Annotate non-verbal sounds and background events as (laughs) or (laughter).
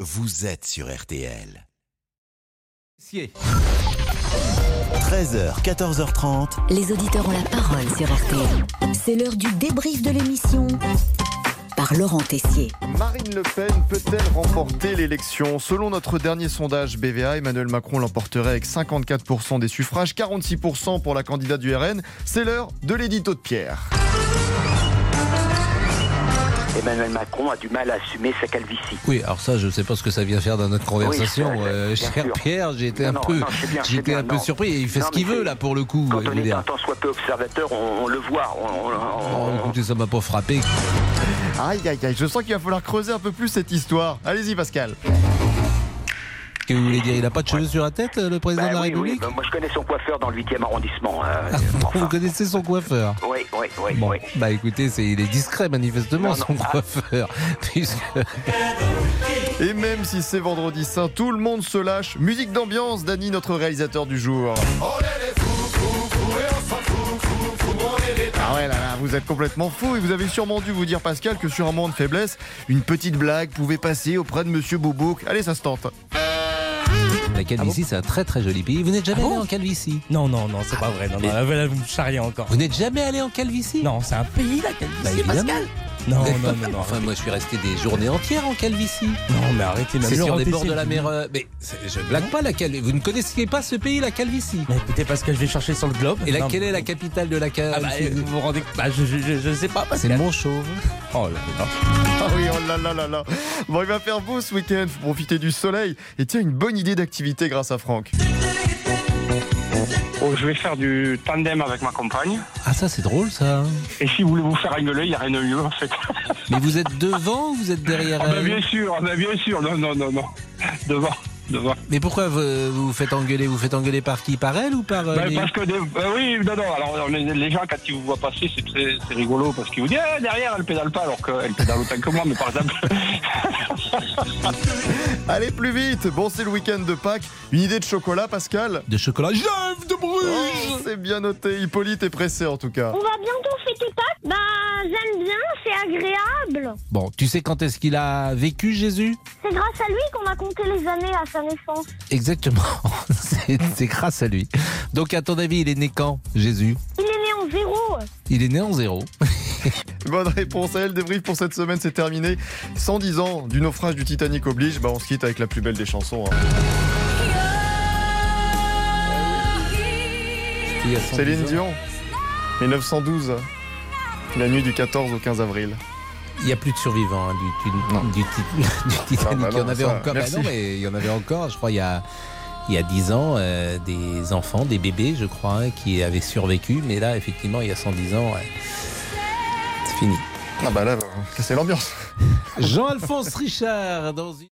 vous êtes sur RTL. Sier. 13h, 14h30. Les auditeurs ont la parole sur RTL. C'est l'heure du débrief de l'émission par Laurent Tessier. Marine Le Pen peut-elle remporter l'élection Selon notre dernier sondage BVA, Emmanuel Macron l'emporterait avec 54% des suffrages, 46% pour la candidate du RN. C'est l'heure de l'édito de Pierre. Emmanuel Macron a du mal à assumer sa calvitie. Oui, alors ça, je ne sais pas ce que ça vient faire dans notre conversation. Oui, je sais, Euh, (laughs) bien cher sûr. Pierre, j'ai été un Non, non, peu, non, c'est bien, j'ai c'est été bien, un peu non. surpris. Et il fait Non, ce qu'il mais veut, c'est- là, pour le coup. Quand euh, on je veux est dire. un temps euh, soit peu observateur, on, on le voit. on- on- Oh, on- écoutez, ça m'a pas frappé. Aïe aïe aïe, je sens qu'il va falloir creuser un peu plus cette histoire. Allez-y Pascal. Qu'est-ce Que vous voulez dire Il n'a pas de cheveux sur la tête, euh, le Bah président de la oui, oui, République bah moi je connais son coiffeur dans le 8e arrondissement. (laughs) euh, Vous enfin, connaissez son coiffeur oui, oui, oui, Bon, oui. bah écoutez, c'est, il est discret manifestement Non, non. son coiffeur, (laughs) puisque Et même si c'est vendredi saint, tout le monde se lâche. Musique d'ambiance, Dany, notre réalisateur du jour. Ah ouais, là, là, vous êtes complètement fou et vous avez sûrement dû vous dire, Pascal, que sur un moment de faiblesse, une petite blague pouvait passer auprès de Monsieur Boubouk. Allez, ça se tente. (laughs) la Calvitie c'est un très très joli pays. Vous n'êtes jamais allé en Calvitie Non, non, non, Ah c'est pas vrai. Non, non, là, là, vous me charriez encore. Vous n'êtes jamais allé en Calvitie Bah, Non, c'est un pays, la calvitie, évidemment. Pascal Non, Vous n'êtes non, pas- (laughs) non, non. Enfin, moi, je suis resté des journées entières en Calvitie. Non, mais arrêtez, même C'est sur Laurent les bords Tessier, de la je mer. euh, Mais c'est- je blague pas la Calvitie. Vous ne connaissiez pas ce pays, la Calvitie. dis- Mais écoutez, Pascal, je vais chercher sur le globe. Et Non, laquelle est la mais- capitale de la Ah bah, Calvitie vous vous rendez bah, je, je, je, je sais pas, C'est Pascal. Montchauve. Oh là là. Ah oui, oh là là là là. Bon, il va faire beau ce week-end, faut profiter du soleil. Et tiens, une bonne idée d'activité grâce à Franck. Oh, je vais faire du tandem avec ma compagne. Ah, ça, c'est drôle, ça. Et si vous voulez vous faire engueuler, il n'y a rien de mieux en fait. Mais vous êtes devant ou vous êtes derrière Ah bah, elle bien sûr, ah bah, bien sûr. Non, non, non, non. Devant, devant. Mais pourquoi vous vous faites engueuler Vous faites engueuler par qui Par elle ou par. euh, Bah, les- parce que des- bah oui, non, non. Alors les, les gens quand ils vous voient passer, c'est très, c'est rigolo parce qu'ils vous disent ah, derrière, elle pédale pas, alors qu'elle pédale autant que moi. Mais par exemple, Allez, plus vite. Bon, c'est le week-end de Pâques. Une idée de chocolat, Pascal De chocolat. J'aime de Oh, Bruges C'est bien noté. Hippolyte est pressé en tout cas. On va bientôt fêter Pâques Bah, j'aime bien, c'est agréable. Bon, tu sais quand est-ce qu'il a vécu, Jésus C'est grâce à lui qu'on a compté les années à sa naissance. Exactement. (laughs) C'est c'est grâce à lui. Donc, à ton avis, il est né quand, Jésus Il est né en zéro. Il est né en zéro. (laughs) Bonne réponse à elle. Débrief pour cette semaine, c'est terminé. 110 ans du naufrage du Titanic oblige. Bah, on se quitte avec la plus belle des chansons. hein. Il y a 110 Céline ans. Dion, 1912. La nuit du 14 au 15 avril. Il n'y a plus de survivants hein, du, du- Non. (laughs) du Tit- du Titanic. Non, bah il y en non, avait ça, encore. merci. non, mais il y en avait encore. Je crois il y a il y a dix ans euh, des enfants, des bébés, je crois, hein, qui avaient survécu. Mais là, effectivement, il y a 110 ans, ouais, c'est fini. Ah bah là, c'est l'ambiance. Jean-Alphonse Richard dans une